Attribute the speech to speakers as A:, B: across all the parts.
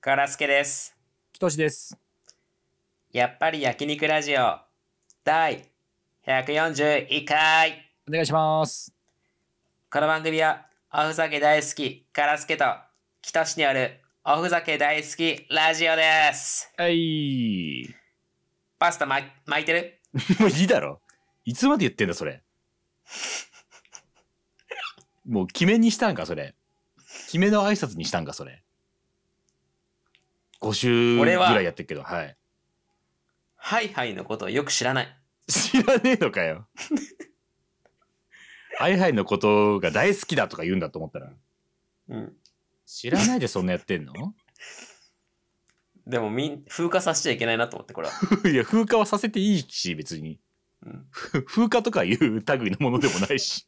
A: カラスケです。
B: きとしです。
A: やっぱり焼肉ラジオ第141回。
B: お願いします。
A: この番組はおふざけ大好きカラスケとキトシによるおふざけ大好きラジオです。
B: はい。
A: パスタ、ま、巻いてる
B: もういいだろ。いつまで言ってんだ、それ。もう決めにしたんか、それ。決めの挨拶にしたんか、それ。5週ぐ
A: 俺は
B: らいやってるけど、はい。
A: ハイハイのことをよく知らない。
B: 知らねえのかよ。ハイハイのことが大好きだとか言うんだと思ったら。
A: うん。
B: 知らないでそんなやってん の
A: でもみん、風化させちゃいけないなと思って、こ れは。
B: いや、風化はさせていいし、別に。
A: うん、
B: 風化とかいう類のものでもないし。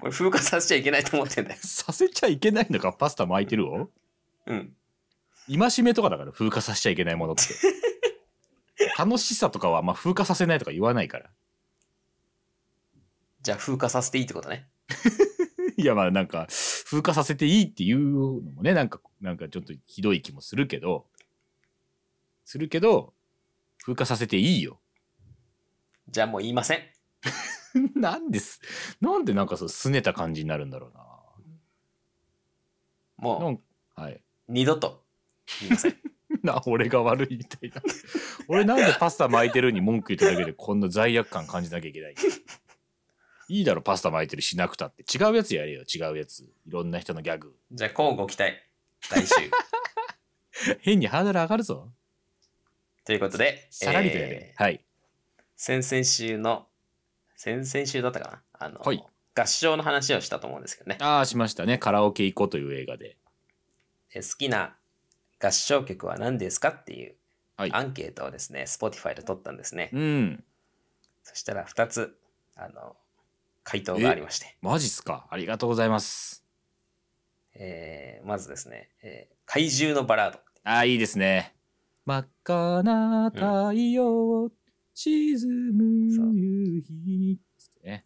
A: これ風化させちゃいけないと思ってんだよ。
B: させちゃいけないのかパスタ巻いてるを
A: うん。
B: 戒めとかだから風化させちゃいけないも のって楽しさとかはまあ風化させないとか言わないから
A: じゃあ風化させていいってことね。
B: いやまあなんか風化させていいっていうのもねなんかなんかちょっとひどい気もするけどするけど風化させていいよ
A: じゃあもう言いません。
B: なんですなんでなんかそう拗ねた感じになるんだろうなな
A: も
B: んはい
A: う二度と言いません。
B: な俺が悪いみたいな俺なんでパスタ巻いてるに文句言っただけでこんな罪悪感感じなきゃいけないいいだろパスタ巻いてるしなくたって違うやつやれよ違うやついろんな人のギャグ
A: じゃあ交互期待。来週。
B: 変にハードル上がるぞ
A: ということで、
B: さらりとやれ
A: え、ー
B: はい
A: 先々週の、先々週だったかなあの、
B: はい
A: 合唱の話をしたと思うんですけどね。
B: ああしましたねカラオケ行こうという映画で
A: え好きな合唱曲は何ですかっていう
B: はい
A: アンケートをですね、Spotify で取ったんですね。
B: うん
A: そしたら2つ、あの、回答がありまして。
B: マジっすかありがとうございます
A: えーまずですね、えー怪獣のバラード。
B: ああいいですね真っ赤な太陽沈む夕日ね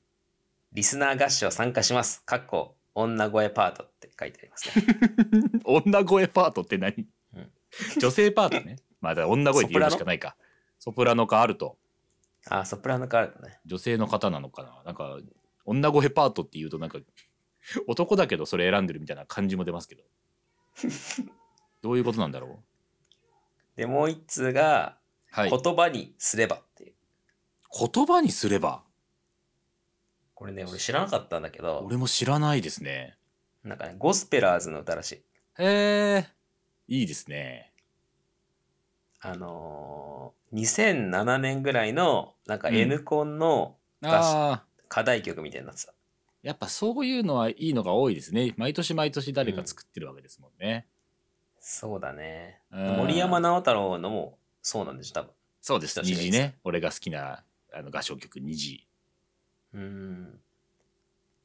A: リスナー合唱参加します。かっこ女声パートって書いてあります ね。
B: 女声パートって何、
A: うん
B: 女性パートね。 まあ、だから女声って言うしかないか。ソプラノかあると、
A: あ、ソプラノカルトね。
B: 女性の方なのかな。なんか、女声パートって言うと、なんか、男だけどそれ選んでるみたいな感じも出ますけ ど。どういうことなんだろ
A: で、もう1通が、
B: う。はい。
A: 言葉にすればっていう。
B: 言葉にすれば、
A: これね、俺知らなかったんだけど、
B: 俺も知らないですね。
A: なんかね、ゴスペラーズの歌らしい。
B: へえ、いいですね。
A: あのー、2007年ぐらいの、なんか
B: うん
A: N コンの
B: ああ、
A: 課題曲みたいになってた。
B: やっぱそういうのはいいのが多いですね。毎年毎年誰か作ってるわけですもんね。
A: そうだね。
B: うん
A: 森山直太朗のもそうなんでしょ、多分。
B: そうです。
A: 久しぶり
B: 虹
A: です
B: ね。俺が好きなあの合唱曲虹。
A: うーん。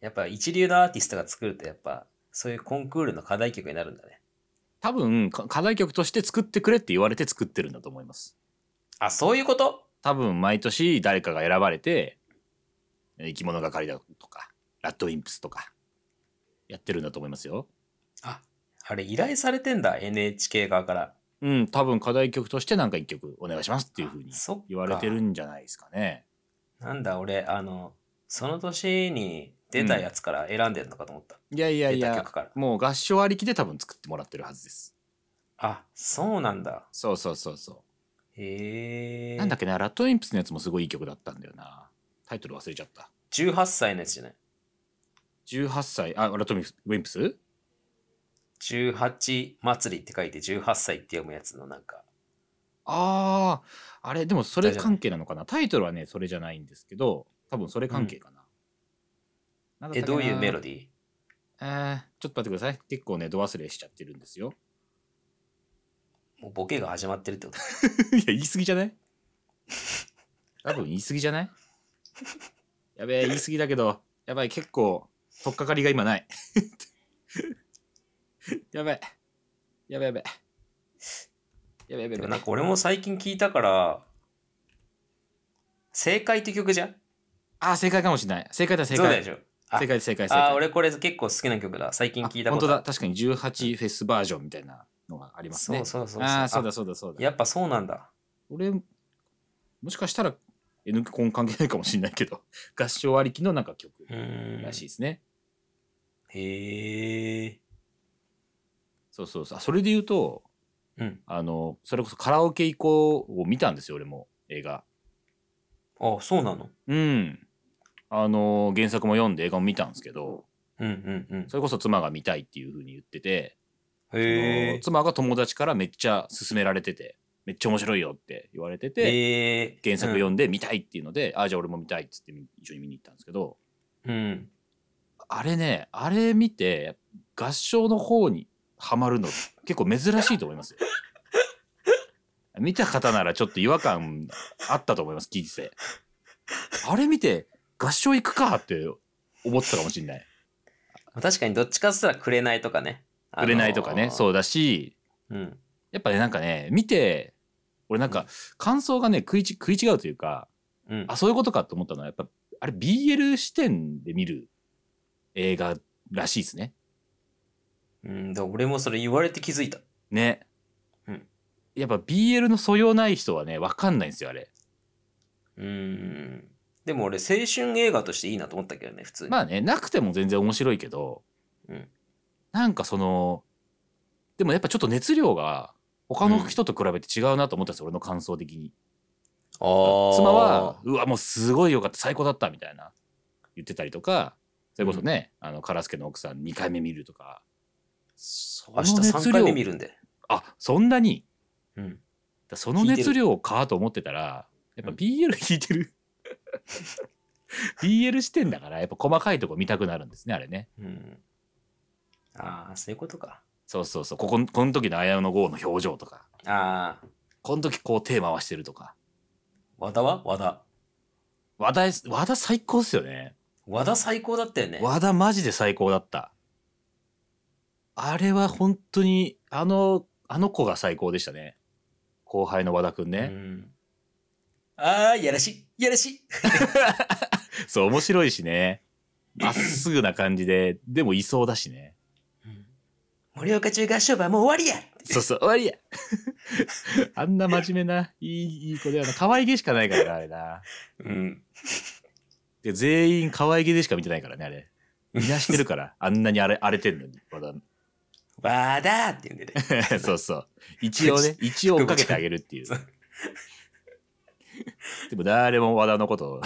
A: やっぱ一流のアーティストが作ると、やっぱ、そういうコンクールの課題曲になるんだね。
B: 多分か課題曲として作ってくれって言われて作ってるんだと思います。
A: あ、そういうこと
B: 多分毎年誰かが選ばれて生き物係だとかラッドウィンプスとかやってるんだと思いますよ。
A: あれ、依頼されてんだ、NHK 側から。
B: うん多分課題曲としてなんか一曲お願いしますっていう風に
A: あそっか
B: 言われてるんじゃないですかね。
A: なんだ、俺、あの、その年に出たやつから選んでるのかと思った。
B: いやいやい
A: 出た
B: や
A: 曲から。
B: もう合唱ありきで多分作ってもらってるはずです。
A: あ、そうなんだ。
B: そうそうそうそ
A: へえ。
B: う。なんだっけなラッドウィンプスのやつもすごいいい曲だったんだよな。タイトル忘れちゃった。
A: 18歳のやつじゃない
B: 18歳あラトミウィンプス
A: ?18 祭りって書いて18歳って読むやつのなんか。
B: あああれでもそ
A: あれ
B: れ
A: じゃない
B: 関係なのかなタイトルはねそれじゃないんですけど多分それ関係かな、なんだ
A: え、
B: ったっけ
A: ど
B: な
A: ういうメロディー
B: えーちょっと待ってください結構ね度忘れしちゃってるんですよ
A: もうボケが始まってるってこと。
B: いや言い過ぎじゃない多分言い過ぎじゃないやべえ言い過ぎだけどやばい結構取っかかりが今ない やばいやばいやばいやばいやばい
A: でもな
B: やば
A: ん
B: い
A: か俺も最近聞いたから、正解って曲じゃん
B: あー正解かもしれない正解だ正
A: そうだで
B: 解
A: しょあ
B: 正解正解正解
A: あー、俺これ結構好きな曲だ。最近聞いたこ
B: 本当
A: とあ
B: だ
A: る。
B: 確かに18フェスバージョンみたいなのがありますね。
A: そうそうそうそう
B: ああ、そうだそうだそうだ。
A: やっぱそうなんだ。
B: 俺、もしかしたら N コン関係ないかもしれないけど、 合唱ありきのなんか曲
A: うーん。
B: らしいですね。
A: へえ。
B: そうそうそう。あそれで言うと、
A: うん。
B: あの、それこそカラオケ以降を見たんですよ、俺も、映画。
A: あ、そうなの。
B: うん。あの、原作も読んで映画も見たんですけど、
A: うんうんうん。
B: それこそ妻が見たいっていう風に言ってて、
A: へ
B: その
A: え。
B: 妻が友達からめっちゃ勧められててめっちゃ面白いよって言われてて、
A: え
B: 原作
A: よ。
B: 読んで見たいっていうので、あじゃあ俺も見たいっつって一緒に見に行ったんですけど
A: うん。
B: あれねあれ見て合唱の方にハマるの結構珍しいと思います よ見た方ならちょっと違和感あったと思います聞いててあれ見て合唱行くかって思ってたかもしれない
A: 確かにどっちかっつったら紅とかね。。
B: 「くれない」とかね、そううだし
A: うん。
B: やっぱねなんかね見て俺なんか感想がね食いち食い違うというか
A: うん
B: あ。そういうことかと思ったのはやっぱあれ BL 視点で見る映画らしいですね。
A: うん、で俺もそれ言われて気づいた。
B: ね。
A: うん
B: やっぱ BL の素養ない人はね分かんないんですよあれ。
A: うーん。でも俺、青春映画としていいなと思ったけどね、普通に。
B: まあねなくても全然面白いけど、
A: うん
B: なんかそのでもやっぱちょっと熱量が他の人と比べて違うなと思ったんですよ、俺の感想的に。
A: あー
B: 妻は、「うわもうすごいよかった最高だった」みたいな言ってたりとかそれこそね、あのカラスケの奥さん2回目見るとかそ
A: 明日3回目見るんで。
B: あそんなに
A: うん。
B: だその熱量かと思ってたらやっぱ
A: うん
B: BL 引いてる BL 視点だからやっぱ細かいとこ見たくなるんですねあれね
A: うん。ああ、そういうことか。
B: そうそうそうこここの時の綾野剛の表情とか
A: ああ、
B: この時こう手回してるとか
A: 和田は和田。
B: 和田和田最高っすよね
A: 和田最高だったよね。
B: 和田マジで最高だったあれは本当にあのあの子が最高でしたね後輩の和田く
A: う
B: んね、
A: ん。ああ、やらしい、やらしい。
B: そう面白いしねまっすぐな感じででもいそうだしね
A: 盛岡中合唱部はもう終わりや
B: そうそう終わりや あんな真面目ないいいい子だよな可愛げしかないからなあれな
A: うん。
B: で全員可愛げでしか見てないからねあれ見なしてる からあんなに荒れ荒れてんのに和田
A: 和田って言うんでね。
B: そうそう。一応ね、 一応追っかけてあげるって いう
A: そ。
B: でも誰も和田のことを、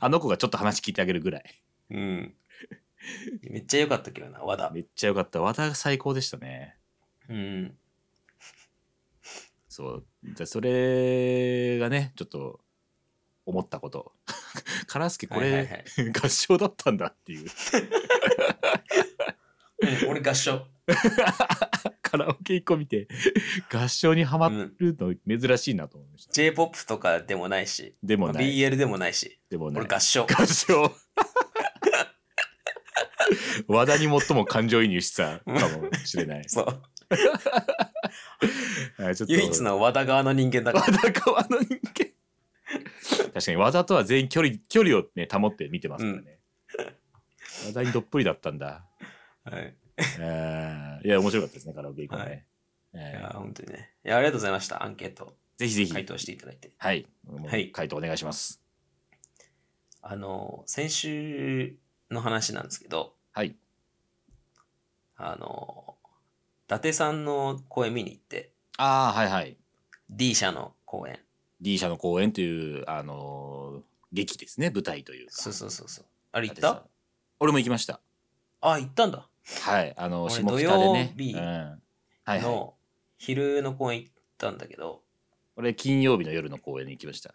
B: あの子がちょっと話聞いてあげるぐらい。
A: うん。めっちゃ良かったけどな、和田。
B: めっちゃよかった。和田が最高でしたね。
A: うん。
B: そう。じゃあそれがね、ちょっと思ったこと。 カラスケこれ、
A: はいはいはい
B: 合唱だったんだっていう。
A: うん俺合 唱。
B: カラオケ一個見て、 合唱にはまるの珍しいなと思いました。
A: J-POP とかでもないし、
B: でもない。
A: BL でもないし、
B: でもない
A: 俺。合 唱。。
B: 合唱和田に最も感情移入したかもしれない
A: そう。
B: はいちょっと
A: 唯一の和田側の人間だ
B: 和
A: から。
B: 田側の人間。確かに和田とは全員距離距離をね保って見てますからね。和田にどっぷりだったんだ。
A: はい。
B: あーいや面白かったですねカラオケ行こうね。
A: い
B: え
A: や
B: ー、
A: 本当にね。いや、ありがとうございました。アンケート
B: ぜひぜひ。
A: 回答していただいて。
B: はい。
A: はい
B: 回答お願いします。
A: あの、先週の話なんですけど、
B: はい。
A: あの、伊達さんの公演見に行って、
B: ああはいはい。
A: D 社の公演。
B: D 社の公演というあのー劇ですね舞台というか。
A: そうそうそうそう。あれ行っ
B: さ
A: た
B: 俺も行きました。
A: あ、行ったんだ。
B: はい、あの
A: 俺
B: 下北でね。
A: 土曜日
B: うん、はいはい。
A: の、昼の公演行ったんだけど、
B: 俺金曜日の夜の公演に行きました。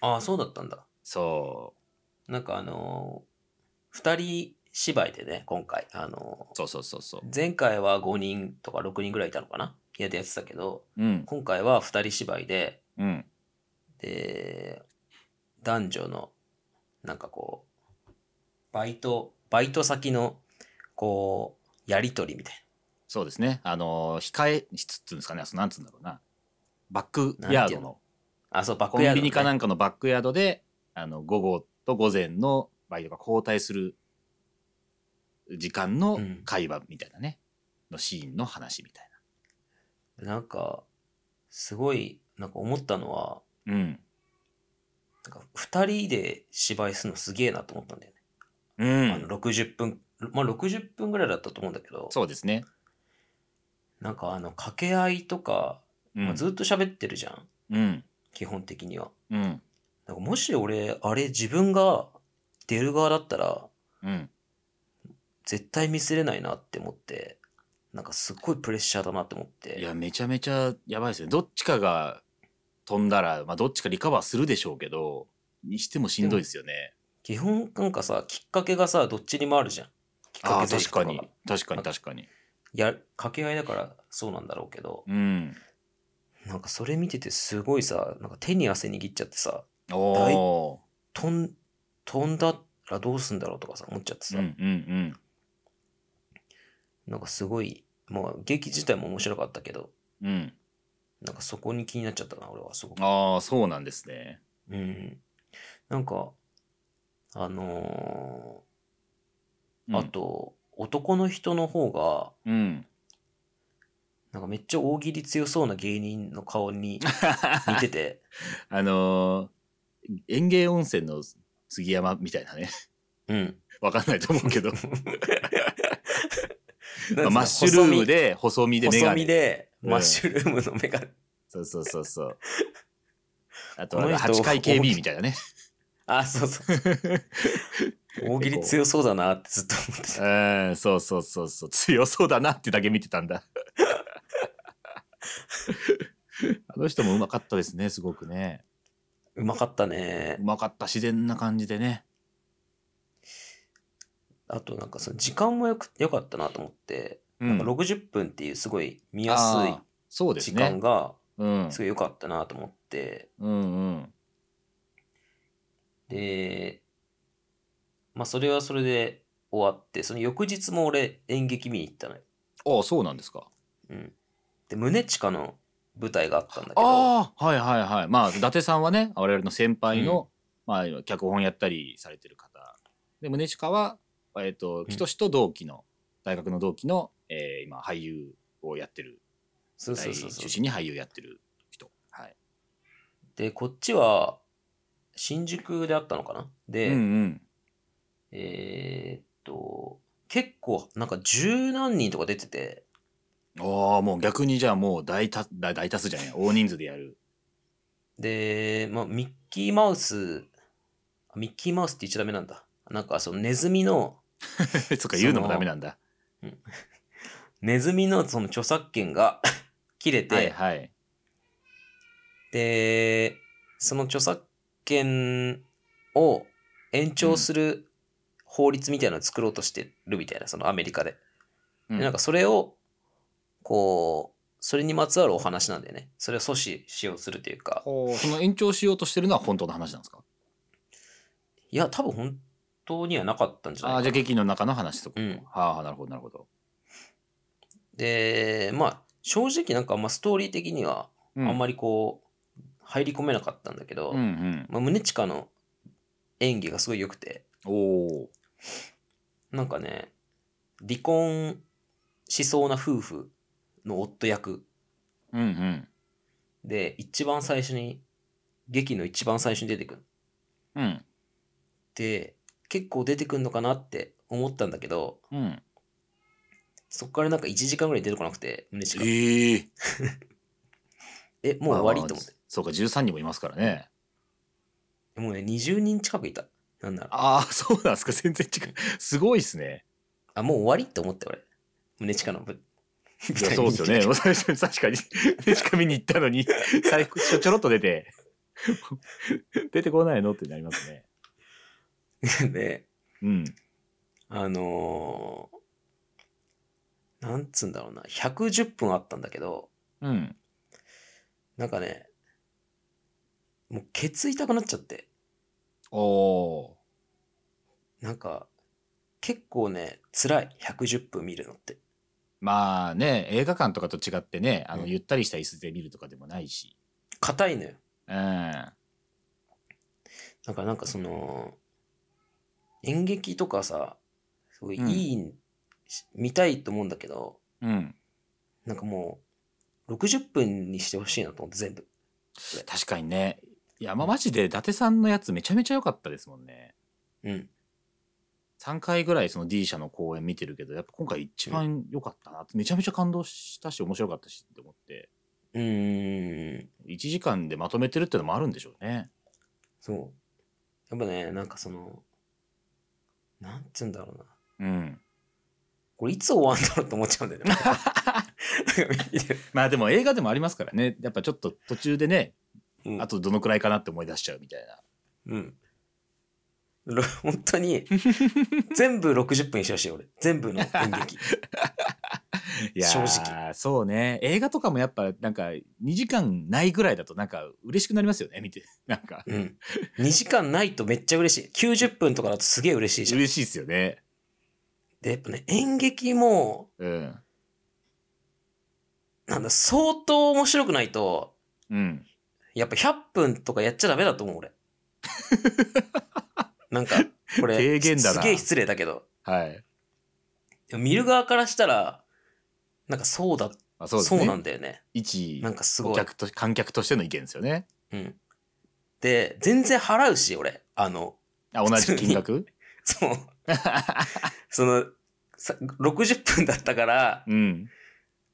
A: ああ、そうだったんだ。
B: そ
A: なんかあのー、二人芝居でね、今回。あの
B: う、そうそうそうそう。
A: ー、前回は5人とか6人ぐらいいたのかな部屋でやってたけど、
B: うん、
A: 今回は二人芝居で、
B: うん、
A: で、男女の、なんかこう、バイト、バイト先の、こう、やりとりみたい
B: そうですね。あの控え室っていうんですかね、そのなんつうんだろうな。バックヤ
A: なん
B: ー
A: てい
B: ド
A: う
B: の
A: のな。あ、そう、バッ
B: コ
A: クヤード、
B: ン
A: ね。
B: ビニかなんかのバックヤードで、あの午後と午前のバイトが交代する時間の
A: うん
B: 会話みたいなね、のシーンの話みたい
A: なんか、すごい、なんか思ったのは、
B: う
A: な
B: ん。
A: んか2人で芝居するのすげえなと思ったんだよね。
B: う
A: あの
B: ん。
A: 60分、まあ60分ぐらいだったと思うんだけど、
B: そうですね。
A: なんかあの掛け合いとか、
B: う
A: まあ
B: ん。
A: ずっと喋ってるじゃん、
B: うん。
A: 基本的には。
B: うん。
A: なんかもし俺、あれ自分が出る側だったら、
B: うん。
A: 絶対ミスれないなって思って、なんかすっごいプレッシャーだなって思って。
B: いや、めちゃめちゃやばいですね。どっちかが飛んだら、まあ、どっちかリカバーするでしょうけど、にしてもしんどいですよね。
A: 基本なんかさ、きっかけがさ、どっちにもあるじゃん。きっ
B: あ
A: か
B: あ、
A: け
B: 確かに
A: が。
B: 確かに確かに。
A: や、掛け合いだからそうなんだろうけど、
B: うん。
A: なんかそれ見ててすごいさ、なんか手に汗握っちゃってさ、
B: お
A: 飛ん、飛んだらどうすんだろうとかさ、思っちゃって
B: ー。
A: さ、
B: うんうん
A: なんかすごい、まあ劇自体も面白かったけど、
B: うん。うん。
A: なんかそこに気になっちゃったな、俺はすごく。
B: ああ、そうなんですね。
A: うん。なんか、あの
B: う
A: ー
B: ん
A: あ。と、男の人の方が、
B: うん。
A: なんかめっちゃ大喜利強そうな芸人の顔 に似てて、
B: あのー、園芸温泉の杉山みたいなね。
A: うん。
B: わかんないと思う けど。
A: なん
B: ま
A: か
B: あマッシュルームで、細身で
A: 細身、
B: メ
A: 細
B: ガ
A: 身
B: ネ。
A: で、
B: うん
A: マッシュルームのメガネ。
B: そうそうそ うそう。あと
A: この
B: は
A: 人
B: 8回 KB みたいなね。
A: あ、そうそう。大喜利強そうだなってずっと思って た。
B: うん、そうそうそうそう。強そうだなってだけ見てたんだ。 あの人もうまかったですね、すごくね。
A: うまかったね
B: う。まかった、自然な感じでね。
A: あとなんかその時間もよく、よかったなと思って、
B: う
A: なんか60分っていうすごい見やす
B: そう
A: い
B: です
A: 時
B: ね
A: 間。が
B: うん。
A: すごい良かったなと思って、
B: うんうん。
A: で、まあそれはそれで終わって、その翌日も俺演劇見に行ったのよ。
B: ああ、そうなんですか。
A: うん。で、宗近の舞台があったんだけど、
B: ああ、はいはいはい。まあ、伊達さんはね、我々の先輩の、まあ今、脚本やったりされてる方。で、宗近は、えっ、と、
A: うん
B: キトシと同期の、大学の同期の、えー今、俳優をやってる、
A: そうそ
B: 大
A: うそう
B: 中
A: そう。
B: 心に俳優やってる人。はい。
A: で、こっちは、新宿であったのかなで、
B: うんうん。
A: えーっと、結構、なんか十何人とか出てて、
B: ああ、もう逆にじゃあもう大多、大大多数じゃない、大人数で やる。
A: で、まあ、ミッキーマウス、あミッキーマウスって言っちゃダメなんだ。なんか、そのネズミの、
B: そっか、言うのもダメなんだ。
A: ネズミのその著作権が 切れて、
B: はいはい。
A: で、その著作権を延長する法律みたいなのを作ろうとしてるみたいな、そのアメリカで。
B: うん
A: でなんかそれを、こう、それにまつわるお話なんだよね。それを阻止しようとするというか、
B: ほうその延長しようとしてるのは本当の話なんですか
A: いや、多分本当にはなかったんじゃ
B: あ
A: な
B: あ、
A: い
B: じゃ
A: か
B: あ
A: な。
B: 劇の中の話とか。
A: うん
B: はあ、なるほど、なるほど。
A: で、まあ、正直なんかあんまストーリー的には、
B: う
A: あんま
B: り。
A: りこう、入り込めなかったんだけど、
B: うんうん。
A: まあ、宗近の演技がすごい良くて、
B: おお。
A: なんかね、離婚しそうな夫婦の夫役
B: うんうん。
A: で、一番最初に、劇の一番最初に出てくる。
B: うん。
A: で、結構出てくるのかなって思ったんだけど、
B: うん。
A: そこからなんか1時間ぐらい出てこなくて、胸しか。
B: ええ
A: え、もう終わりと思って。
B: そうか、13人もいますからね。
A: もうね、20人近くいた。なんなら。
B: ああ、そうなんですか。全然違う。すごいですね。
A: あ、もう終わりって思ったよ俺。胸近のぶ。
B: いや、そうですよね。
A: 舞台に
B: 最初 確かに、でしか見に行ったのに、最初ちょちょろっと出て、 出てこないのってなりますね。
A: で、
B: うん。
A: あのーなんつうんだろうな、110分あったんだけど、
B: うん。
A: なんかね、もうケツ痛くなっちゃって、
B: おお
A: なんか、結構ね、辛い、110分見るのって。
B: ー。まあね、映画館とかと違ってね、あの、
A: うん
B: ゆったりした椅子で見るとかでもないし。
A: 硬いのよ。
B: うん。あ
A: だからなんかその、演劇とかさ、すごいいい、し見たいと思うんだけど、
B: うん。
A: なんかもう、 60分にしてほしいなと思って全部
B: 確かにね。いや、まあ、マジで伊達さんのやつめちゃめちゃ良かったですもんね。
A: うん
B: 3回ぐらいその D 社の公演見てるけど、やっぱ今回一番良かったな。めちゃめちゃ感動したし、面白かったしって思って。
A: うーん
B: 1時間でまとめてるってのもあるんでしょうね。
A: そうやっぱねなんかそのなんつうんだろうな
B: うん。
A: これいつ終わんだろうって思っちゃうんだよねな んか見てる
B: まあでも映画でもありますからね。やっぱちょっと途中でね、
A: うん
B: あとどのくらいかなって思い出しちゃうみたいな。
A: うん。ろ本当に全部60分にしてほしい俺全部の演劇
B: いやー
A: 正
B: そうね映画とかもやっぱなんか2時間ないぐらいだとなんか嬉しくなりますよね見て なんか
A: うん2時間ないとめっちゃ嬉しい90分とかだとすげえ嬉しいじゃん
B: 嬉しいですよね
A: でやっぱね演劇も
B: うん
A: なんだ相当面白くないと
B: うん
A: やっぱ100分とかやっちゃダメだと思う 俺なんかこれ
B: 提言だな
A: すげえ失礼だけど
B: はい
A: でも見る側からしたらなんかそうだ
B: あそ
A: そうう,、
B: ですね
A: なんだよね
B: 一
A: なんかすご
B: お
A: い
B: 客と観客としての意見ですよね
A: うん。で、全然払うし、俺。あの、
B: あ同じ金 額
A: そう、 その、さ60分だったから、
B: うん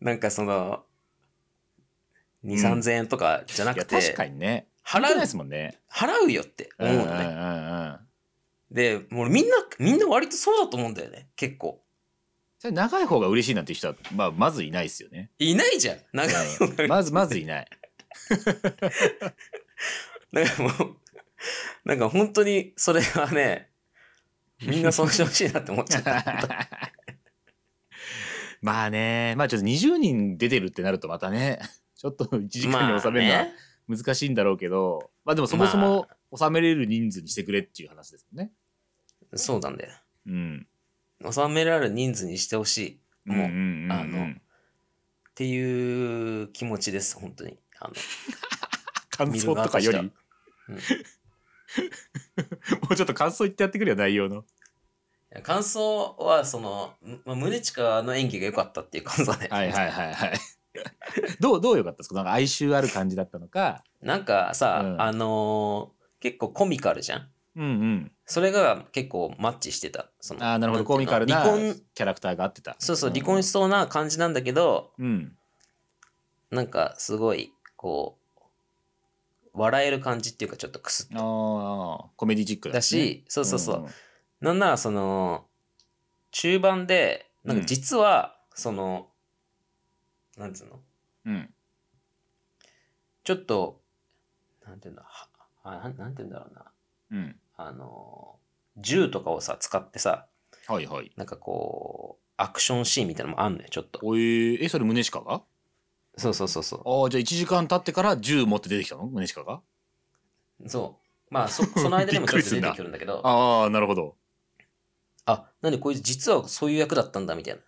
A: なんかその、2、
B: うん
A: 3000円とかじゃないく
B: や
A: て、
B: 確かにね
A: 払
B: 関係な
A: う
B: いですもんね
A: 払うよって思うのね。
B: んうんうん
A: で、もうみんな、みんな割とそうだと思うんだよね、結構。
B: それ長い方が嬉しいなんて人は、まあ、まずいないですよね。
A: いないじゃん。なんか、
B: うんまずまずいない。
A: なんかもう、なんか本当にそれは ね、みんなそうしてほしいなって思っちゃった。
B: まあね、まあちょっと20人出てるってなるとまたね、ちょっと1時間に収めるのは
A: まあね
B: 難しいんだろうけど、まあでもそもそも収めれる人数にしてくれっていう話ですもんね。
A: そうなんだよ。
B: うん。
A: 収められる人数にしてほしい。もうあのっていう気持ちです本当にあの
B: 感想とかより、
A: 見る側とし
B: もうちょっと感想言ってやってくれよ、内容の。
A: いや感想はその、まあ、宗近の演技が良かったっていう感想で、
B: はいはいは いはい。どう、どうよかったですかなんか哀愁ある感じだったのか。
A: なんかさ、
B: うん
A: あのー結構コミカルじゃん
B: うんうん。
A: それが結構マッチしてたその
B: ああ、なるほど。
A: んていう
B: コ
A: の
B: ミカルな
A: 離婚
B: キャラクターが合ってた。
A: そうそう離
B: う
A: 婚
B: ん
A: しそうな感じなんだけど、
B: うん。
A: なんかすごいこう笑える感じっていうかちょっとくすっと
B: ああ、コメディチック
A: だ
B: ね
A: し、そうそうそう、
B: んん
A: なんならその中盤でなんか実はその、なんつうの
B: うん。
A: ちょっとなんていうんだはあなんなんていうんだろうな
B: うん。
A: あの銃とかをさ使ってさ
B: はいはい。
A: なんかこうアクションシーンみたいなのもあんのよちょっと
B: おえー、え、それ、宗近があ
A: そうそうそうそ
B: あ、じゃあ1時間経ってから銃持って出てきたの宗近が
A: うそうまあそその間でもちょっと出てくるん だけどあ
B: ああ、なるほど。
A: なんでこいつ実はそういう役だったんだみたいな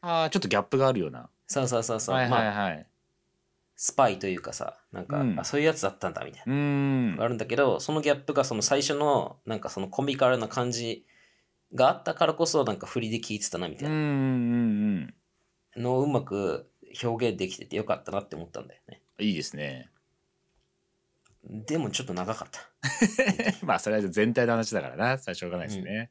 B: ああ、ちょっとギャップがあるような。
A: さあさあさあさあ、
B: はいはい
A: まあ
B: はい。
A: スパイというかさなんか、
B: うん
A: あそういうやつだったんだみたいな
B: うーん。
A: あるんだけどそのギャップがその最初のなんかそのコミカルな感じがあったからこそなんか振りで聞いてたなみ
B: う
A: た
B: んう
A: い
B: ん
A: な
B: うん
A: のをうまく表現できててよかったなって思ったんだよね
B: うん。いいですね。
A: でもちょっと長かった
B: まあ、それは全体の話だからな。それはしょうがないですね。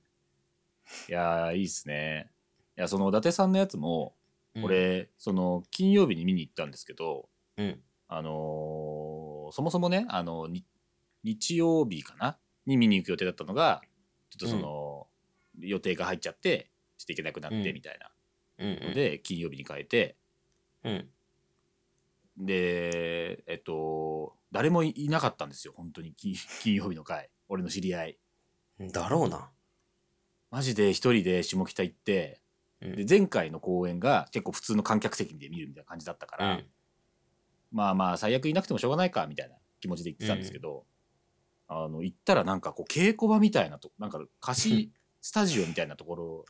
B: いやー、いいですね。いや、その、伊達さんのやつも、
A: うん
B: 俺、その、金曜日に見に行ったんですけど、
A: うん
B: あのーそもそもね、あのに日曜日かなに見に行く予定だったのがちょっとその、予定が入っちゃってちょっと行けなくなっ
A: う
B: て
A: ん
B: みたいな
A: うん
B: ので、金曜日に変えて
A: うんうん
B: でえっと誰もいいなかったんですよ本当に金 金曜日の回俺の知り合い
A: だろうな
B: マジで一人で下北行って
A: うん
B: で前回の公演が結構普通の観客席で見るみたいな感じだったか
A: う
B: ら、
A: ん
B: まあまあ最悪いなくてもしょうがないかみたいな気持ちで言ってたんですけど、あの行ったらなんかこう稽古場みたいなとなんか貸しスタジオみたいなところ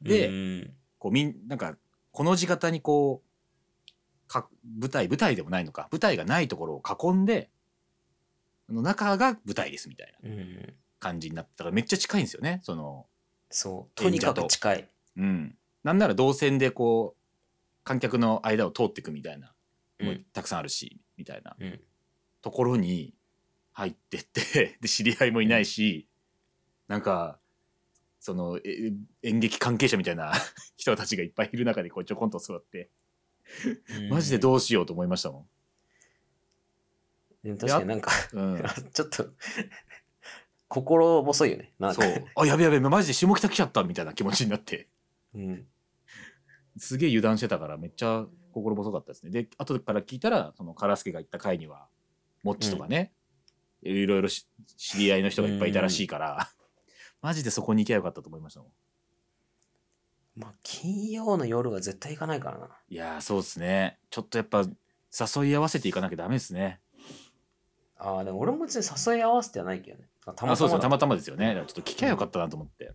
B: で、
A: うん
B: こうみんなんかこの字型にこうか舞台舞台でもないのか舞台がないところを囲んであの中が舞台ですみたいな
A: うん
B: 感じになったらめっちゃ近いんですよねその
A: そうとにかく近い
B: うんなんなら動線でこう観客の間を通っていくみたいなも
A: う
B: うんたくさんあるし、みたいな
A: うん
B: ところに入ってって で知り合いもいないし、なんかそのえ演劇関係者みたいな 人たちがいっぱいいる中でこうちょこんと座ってマジでどうしようと思いましたも
A: うんでも確かになんか
B: ん。 うん、
A: ちょっと心細いよねなん
B: そ
A: か
B: うあやべやべマジで下北来ちゃったみたいな気持ちになって
A: うん
B: すげえ油断してたからめっちゃ心細かったですねで後から聞いたらそのカラスケが行った回にはモッチとかね、いろいろし知り合いの人がいっぱいいたらしいから、 マジでそこに行きゃよかったと思いましたもん
A: まあ金曜の夜は絶対行かないからない
B: やーそうですねちょっとやっぱ誘い合わせていかなきゃダメですね
A: ああでも俺も別に誘い合わせてはないけどねあた
B: あそうですねた
A: ま
B: またまですよねだからちょっと聞きゃよかったなと思って、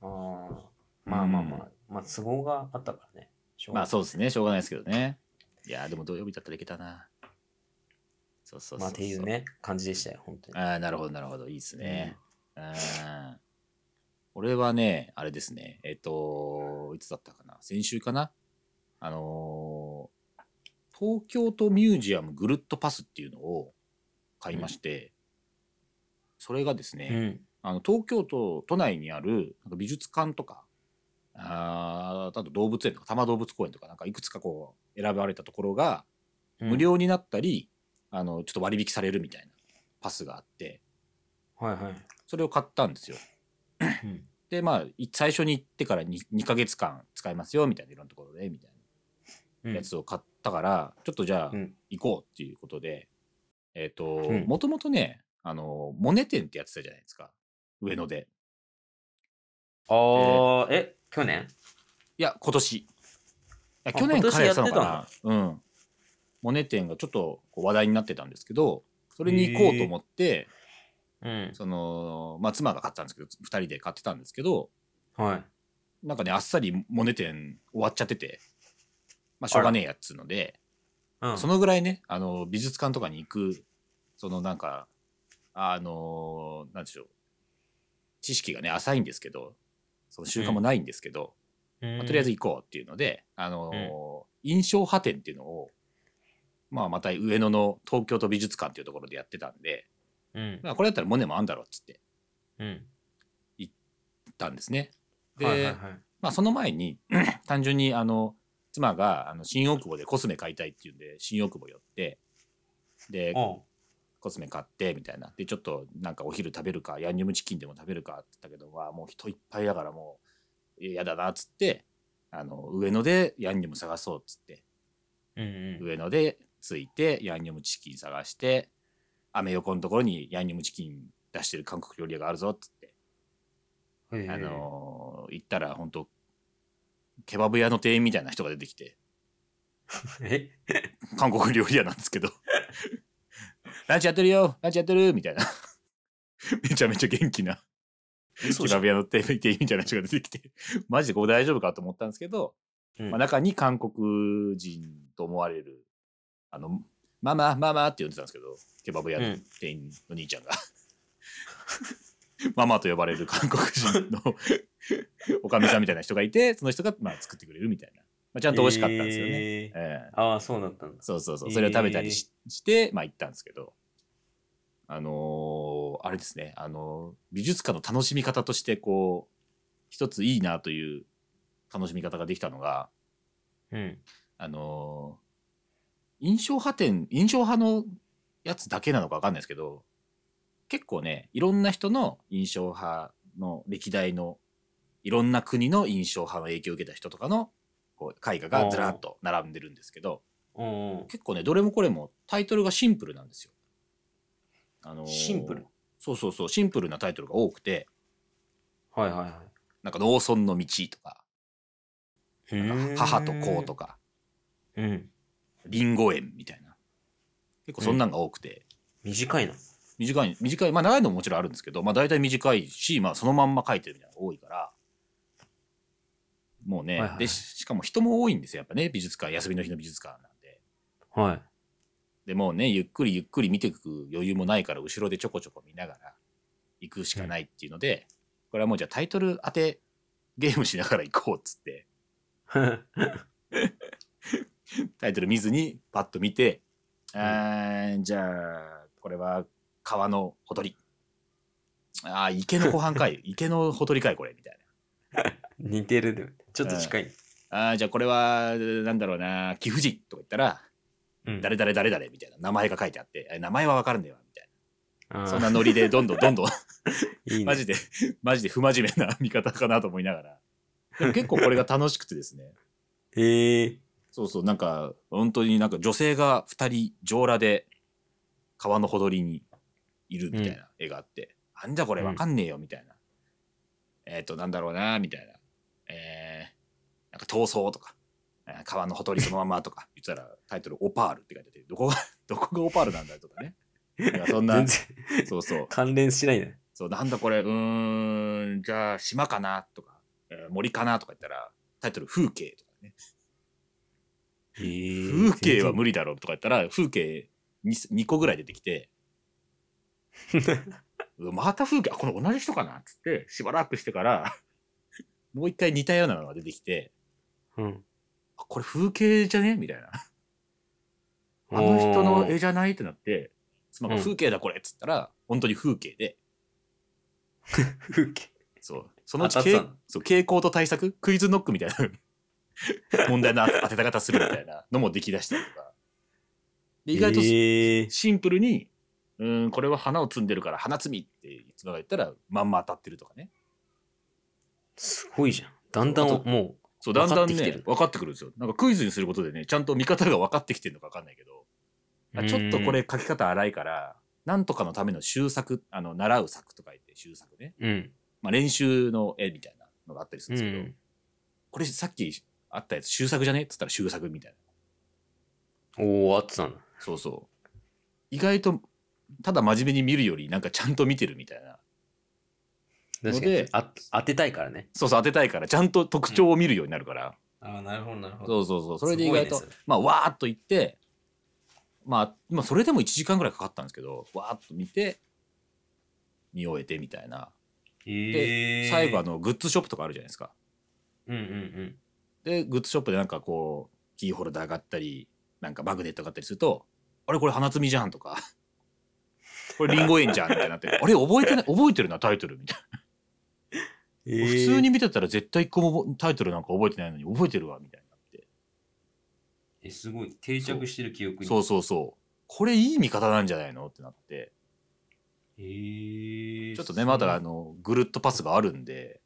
A: あーまあまあまあ、まあ都合があったからねしょうが
B: ま
A: な
B: あ
A: い
B: そうですねしょうがないですけどねいやーでも土曜日だったらいけたなそうそうそうそう
A: まあっていうね感じでしたよ本当に
B: ああ、なるほど、なるほど。いいですね。うん。俺はね、あれですね。えっ、と、いつだったかな先週かなあのー東京都ミュージアムぐるっとパスっていうのを買いまして、それがですね、
A: うん
B: あの東京都都内にあるなんか美術館とかあーあと動物園とか多摩動物公園とかなんかいくつかこう選ばれたところが
A: うん
B: 無料になったり、あのちょっと割引されるみたいなパスがあって
A: はいはい
B: それを買ったんですよ。
A: うん
B: でまあい最初に行ってから 2, 2ヶ月間使えますよみたいないろんなところでみたい
A: うん
B: なやつを買ったから、ちょっとじゃあ
A: うん
B: 行こうっていうことで、えっ、と
A: うん
B: もともとねあのモネ店ってやってたじゃないですか上野で。
A: ああえ去年
B: いや、今年。い
A: あ
B: や去年
A: 今年
B: からやってたのか
A: やっ
B: な。うん。モネ展がちょっとこう話題になってたんですけど、それに行こうと思って、
A: うん
B: その、まあ、妻が買ったんですけど、2人で買ってたんですけど、
A: はい
B: なんかね、あっさりモネ展終わっちゃってて、まあ、しょうがねえやっつうので、
A: うん
B: そのぐらいね、あの、美術館とかに行く、そのなんか、あの、なんでしょう、知識がね、浅いんですけど、その習慣もないんですけど、まあとりあえず行こうっていうので、あのー印象派展っていうのを、まあ、また上野の東京都美術館っていうところでやってたんで、
A: うん
B: まあ、これだったらモネもあんだろうっつって
A: うん
B: 行ったんですね。で、
A: はいはいはい
B: まあ、その前に 単純にあの妻があの新大久保でコスメ買いたいっていうんで新大久保寄ってで
A: あ
B: コスメ買ってみたいなでちょっとなんかお昼食べるかヤンニョムチキンでも食べるかって言ったけどわあもう人いっぱいだからもう嫌だなっつってあの上野でヤンニョム探そうっつって
A: うんうん
B: 上野で着いてヤンニョムチキン探してアメ横のところにヤンニョムチキン出してる韓国料理屋があるぞっつって、
A: へえ
B: あのー行ったら本当ケバブ屋の店員みたいな人が出てきて
A: え
B: 韓国料理屋なんですけど ランチやってるよランチやってるみたいな めちゃめちゃ元気な
A: 嘘
B: ケ
A: じゃ
B: バ
A: ん
B: ブ屋の店員みたいな人が出てきてマジでここ大丈夫かと思ったんですけど、
A: うん
B: まあ、中に韓国人と思われるあのママママって呼んでたんですけどケバブ屋
A: う
B: の
A: ん
B: 店員の兄ちゃんが、ママと呼ばれる韓国人のおかみさんみたいな人がいてその人がまあ作ってくれるみたいな、まあ、ちゃんと美味しかったんですよね、え
A: へえ
B: え
A: ああそうだったんだ
B: そうそうそう
A: えー
B: それを食べたりし,、てまあ行ったんですけどあのーあれですね、あのー美術館の楽しみ方としてこう一ついいなという楽しみ方ができたのが
A: うん
B: あのー印象派展印象派のやつだけなのか分かんないですけど結構ねいろんな人の印象派の歴代のいろんな国の印象派の影響を受けた人とかのこう絵画がずらっと並んでるんですけど
A: うんうん
B: 結構ねどれもこれもタイトルがシンプルなんですよ。あのー
A: シンプル
B: そうそうそうシンプルなタイトルが多くて
A: はいはいは
B: なんか「農村の道」とか
A: い
B: 「
A: うん
B: 母と子」とか
A: うん
B: 「りんご園」みたいな結構そんなんが多くて、
A: 短いな
B: 短い短いまあ長いのももちろんあるんですけどまあ大体短いし、まあ、そのまんま書いてるみたいなのが多いからもうね、
A: はいはい
B: でししかも人も多いんですよやっぱね美術館休みの日の美術館なんで。
A: はい
B: でもうねゆっくりゆっくり見ていく余裕もないから後ろでちょこちょこ見ながら行くしかないっていうので、これはもうじゃあタイトル当てゲームしながら行こうっつってタイトル見ずにパッと見て、えーじゃあこれは川のほとりああ池の湖 畔かい池のほとりかいこれみたい
A: 似てるでちょっと近い、
B: なあーじゃあこれはなんだろうな貴婦人とか言ったら
A: うん、
B: 誰々誰々みたいな名前が書いてあってえ名前は分からんねえわみたい
A: あ
B: な
A: ー
B: そんなノリでど んどんどんどん
A: いいね
B: マジで、マジで不真面目な見方かなと思いながら。でも結構これが楽しくてですね。
A: ええ
B: そうそう、なんか、本当になんか女性が2人、上裸で川のほとりにいるみたいな絵があって、あんじゃこれわかんねえよ、みたいな。えっ、と、なんだろうな、みたいな。えー、なんか闘争とか、えー川のほとりそのままとか 言ってたら、タイトルオパールって書いてあって、どこが、 どこがオパールなんだとかね。なんかそんな
A: 全、然
B: そうそう。
A: 関連しないね
B: そうなんだこれうーんじゃあ島かなとか、えー森かなとか言ったらタイトル「風景」とかね「風景は無理だろ」とか言ったら風景 2, 2個ぐらい出てきて「うわまた風景あこれ同じ人かな」っつってしばらくしてから もう一回似たようなのが出てきて
A: うん
B: 「あこれ風景じゃね?」みたいな「あの人の絵じゃない?」ってなって妻が「
A: うん
B: 風景だこれ」っつったら本当に風景で。
A: 風景
B: そう。そのうち
A: 当たってた
B: 傾
A: の
B: そう傾向と対策クイズノックみたいな 問題の当てた方するみたいなのもできだしたりとか。で意外と
A: ええ
B: シンプルに、うーん、これは花を摘んでるから花摘みっていつもが言ったらまんま当たってるとかね。
A: すごいじゃんだんだん
B: そうあと
A: も
B: そう、だん
A: 分か
B: だん
A: ってきて
B: ね
A: る、
B: 分かってくるんですよ。なんかクイズにすることでね、ちゃんと見方が分かってきてるのか分かんないけど、
A: う
B: あちょっとこれ書き方荒いから、なんとかのための習作、あの、習う作と書いて習作ね。
A: うん
B: まあ練習の絵みたいなのがあったり
A: う
B: するんですけど、
A: ん
B: これさっきあったやつ修作じゃねっつったら修作みたいな
A: おおあってたんだ
B: そうそう意外とただ真面目に見るよりなんかちゃんと見てるみたいな
A: 確か
B: ので
A: にあ当てたいからね
B: そうそう当てたいからちゃんと特徴を見るようになるから、
A: ああなるほどなるほ
B: そうそうそうそれで意外と、
A: すごいね
B: まあわーっと行ってまあ、まあ、それでも1時間ぐらいかかったんですけどわーっと見て見終えてみたいな
A: ええ
B: 最後あのグッズショップとかあるじゃないですか
A: うんうんうん
B: でグッズショップでなんかこうキーホルダーがあったりなんかマグネットがあったりすると「あれこれ花摘みじゃん」とか 「これリンゴ園じゃん」みたいになって「あれ覚えてない覚えてるなタイトル」みたい
A: え
B: な、
A: え
B: 普通に見てたら絶対一個もタイトルなんか覚えてないのに覚えてるわみたいになって、
A: えすごい定着してる記憶に
B: そうそうそうこれいい見方なんじゃないのってなって
A: えー
B: ちょっとねまだあのぐるっとパスがあるんで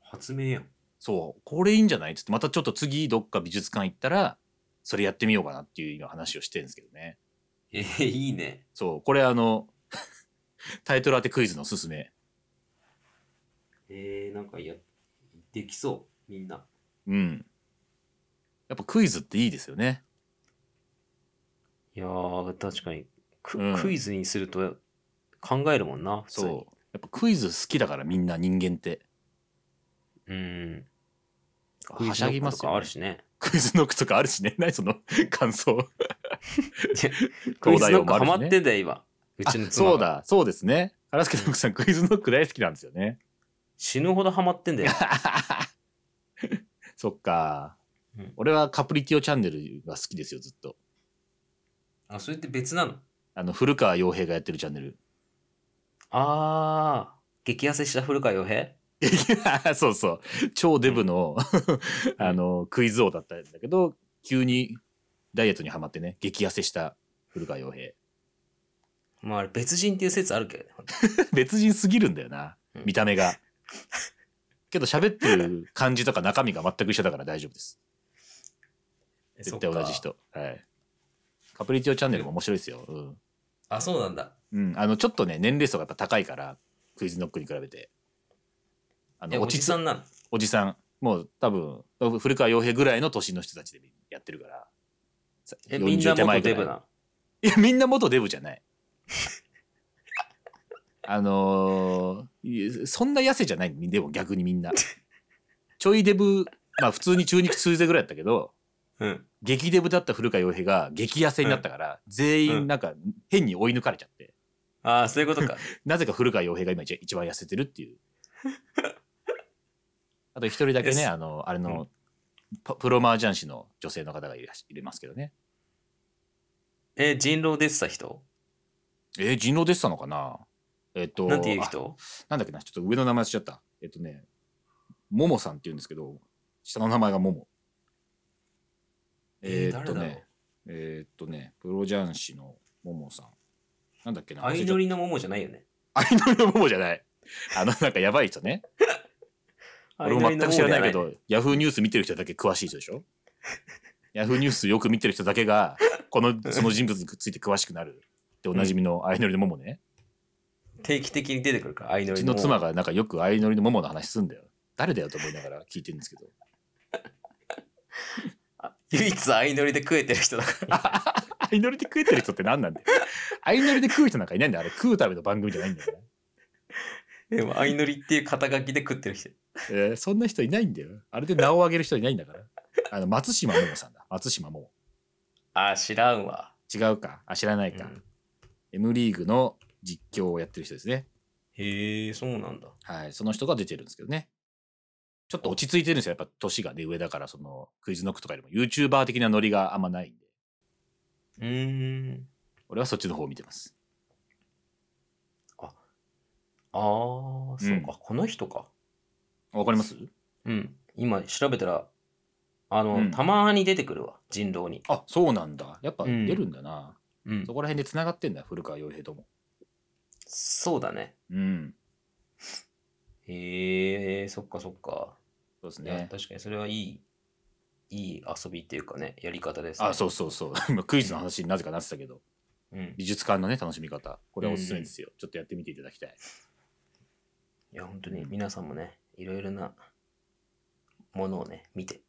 A: 発明やん
B: そうこれいいんじゃないっつってまたちょっと次どっか美術館行ったらそれやってみようかなっていう今話をしてるんですけどね
A: えー、いいね
B: そうこれあの タイトル当てクイズのすすめ
A: えー、なんかやできそうみんな
B: うん。やっぱクイズっていいですよね。
A: いやー確かにク,、
B: うん
A: クイズにすると考えるもんな普通に
B: そう。やっぱクイズ好きだからみんな人間って。
A: うんクイ
B: は
A: ズ
B: しゃぎま
A: ノックと
B: す
A: か
B: よ、
A: あ
B: ね
A: る。しね
B: クイズノックとかあるしね。 ないその 感想。
A: クイズノッ
B: 東大王
A: ク
B: もあ
A: ハ
B: るしね
A: マってんだよ今うちの妻
B: あ
A: が
B: そうだ。そうですね。カラスケの奥さんクイズノック大好きなんですよね。
A: 死ぬほどハマってん だよ
B: そっか
A: うん。
B: 俺はカプリティオチャンネルが好きですよ、ずっと。
A: あそれって別なの
B: あの、古川洋平がやってるチャンネル。
A: あー激痩せした古川洋平
B: そうそう。超デブの、あの、クイズ王だったんだけど、急にダイエットにはまってね、激痩せした古川洋平。
A: まああれ別人っていう説あるけどね本当
B: 別人すぎるんだよな、
A: うん
B: 見た 目が。けど喋ってる感じとか中身が全く一緒だから大丈夫です。
A: に
B: 絶対同
A: そっか
B: じ人。はい。カプリティオチャンネルも面白いですよ。うん。
A: あそうなんだ
B: うん、あの、ちょっとね、年齢層がやっぱ高いから、クイズノックに比べて。あ
A: え
B: の、
A: お
B: 落
A: じ
B: ち
A: さ
B: 着
A: んなの
B: おじさん。もう多分、古川洋平ぐらいの年の人たちでやってるから。さ
A: えみんな
B: 40手
A: 元
B: 前ぐら
A: デ
B: い
A: ブなの
B: いや、みんな元デブじゃない。 あのーいそんな痩せじゃない、でも逆にみんな。ちょいデブ、まあ普通に中肉中背ぐらいだったけど、
A: うん
B: 激デブだった古川洋平が激痩せになったから、全員なんか変に追い抜かれちゃって、
A: ああそういうことか
B: なぜか古川洋平が今一一番 痩せてるっていう。あと一人だけね、
A: え
B: あの、あれの、ププロマージャン師の女性の方がいらしいれますけどね。
A: え、人狼出てた人
B: えー、人狼出てたのかなえっ、と、
A: なんていう
B: あ
A: 人
B: なんだっけな、ちょっと上の名前しちゃった。えっ、とね、ももさんって言うんですけど、下の名前がもも。
A: えー
B: えーっと
A: 誰だろう
B: ね、えーっとね、プロジャン師のももさん。なんだっけな、
A: 相乗りの桃じゃないよね。
B: 相乗りのももじゃない。あの、なんかやばい人ね。俺も全く知らないけど、ヤフーニュース見てる人だけ詳しい人でしょヤフーニュースよく見てる人だけが、この、その人物について詳しくなる。で、おなじみの相乗りのももね。
A: 定期的に出てくるから、相乗
B: う
A: り
B: ち
A: の
B: の
A: 桃
B: 妻がなんかよく相乗りのももの話すんだよ。誰だよと思いながら聞いてるんですけ ど。
A: あ唯一相乗りで食えてる人だから。
B: 相乗りで食えてる人って何なんだよ。相乗りで食う人なんかいないんだよ。あれ食うための番組じゃないんだよ、ね。
A: でも、相乗りっていう肩書きで食ってる人。
B: えーそんな人いないんだよ。あれで名を上げる人いないんだから。あの、松島ももさんだ。松島もも。
A: あ、知らんわ。
B: 違うか。あ、知らないか。
A: うん
B: M リーグの実況をやってる人ですね。
A: へえ、そうなんだ。
B: はい、その人が出てるんですけどね。ちょっと落ち着いてるんですよ。やっぱ年がね、上だから、その、クイズノックとかよりも YouTuber 的なノリがあんまないんで、
A: うーん。
B: 俺はそっちの方を見てます。
A: ああ、そうか、この人か。
B: わかります
A: うん。今調べたら、あの、
B: うん
A: たまに出てくるわ、人狼に。
B: あ、そうなんだ。やっぱ出るんだな。
A: うん
B: そ。こら辺で繋がってんだ、古川洋平とも。
A: そうだね。
B: うん。
A: へえ、そっかそっか。
B: そうです
A: いや、
B: ね。
A: 確かにそれはいい、いい遊びっていうかね、やり方です、ね。
B: あ、そうそうそう。 今、クイズの話になぜかなってたけど、
A: う。うん。
B: 美術館のね、楽しみ方。これはおすすめですよ。ちょっとやってみていただきたい。
A: いや、本当に皆さんもね、いろいろなものをね、見て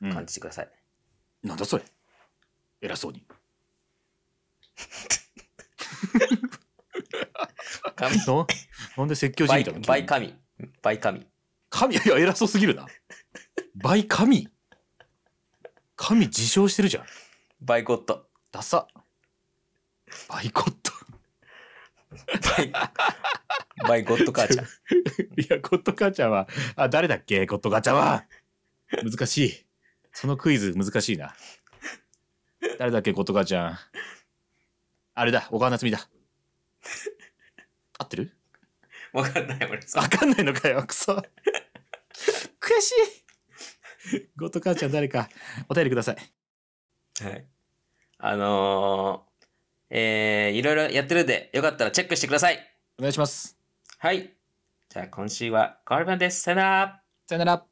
B: うん
A: 感じてください。
B: なんだそれ偉そうに。
A: 神
B: ななんで説教じ
A: バ
B: み
A: イ
B: たの
A: バイ神。バイ神。
B: 神いや偉そうすぎるな倍神神自称してるじゃん
A: バイゴッド。
B: ダサバイコット
A: バイ バイゴッド母ちゃん。
B: いやゴッド母ちゃんはあ誰だっけゴッド母ちゃんは難しいそのクイズ難しいな誰だっけゴッド母ちゃんあれだ小川夏美だ合ってる
A: わかんない、俺。
B: わかんないのかよ、くそ。悔しい。ゴッド母ちゃん誰か、お便りください。
A: はい。あのー、えー、いろいろやってるんで、よかったらチェックしてください。
B: お願いします。
A: はい。じゃあ今週はこれまでです。さよなら。
B: さよなら。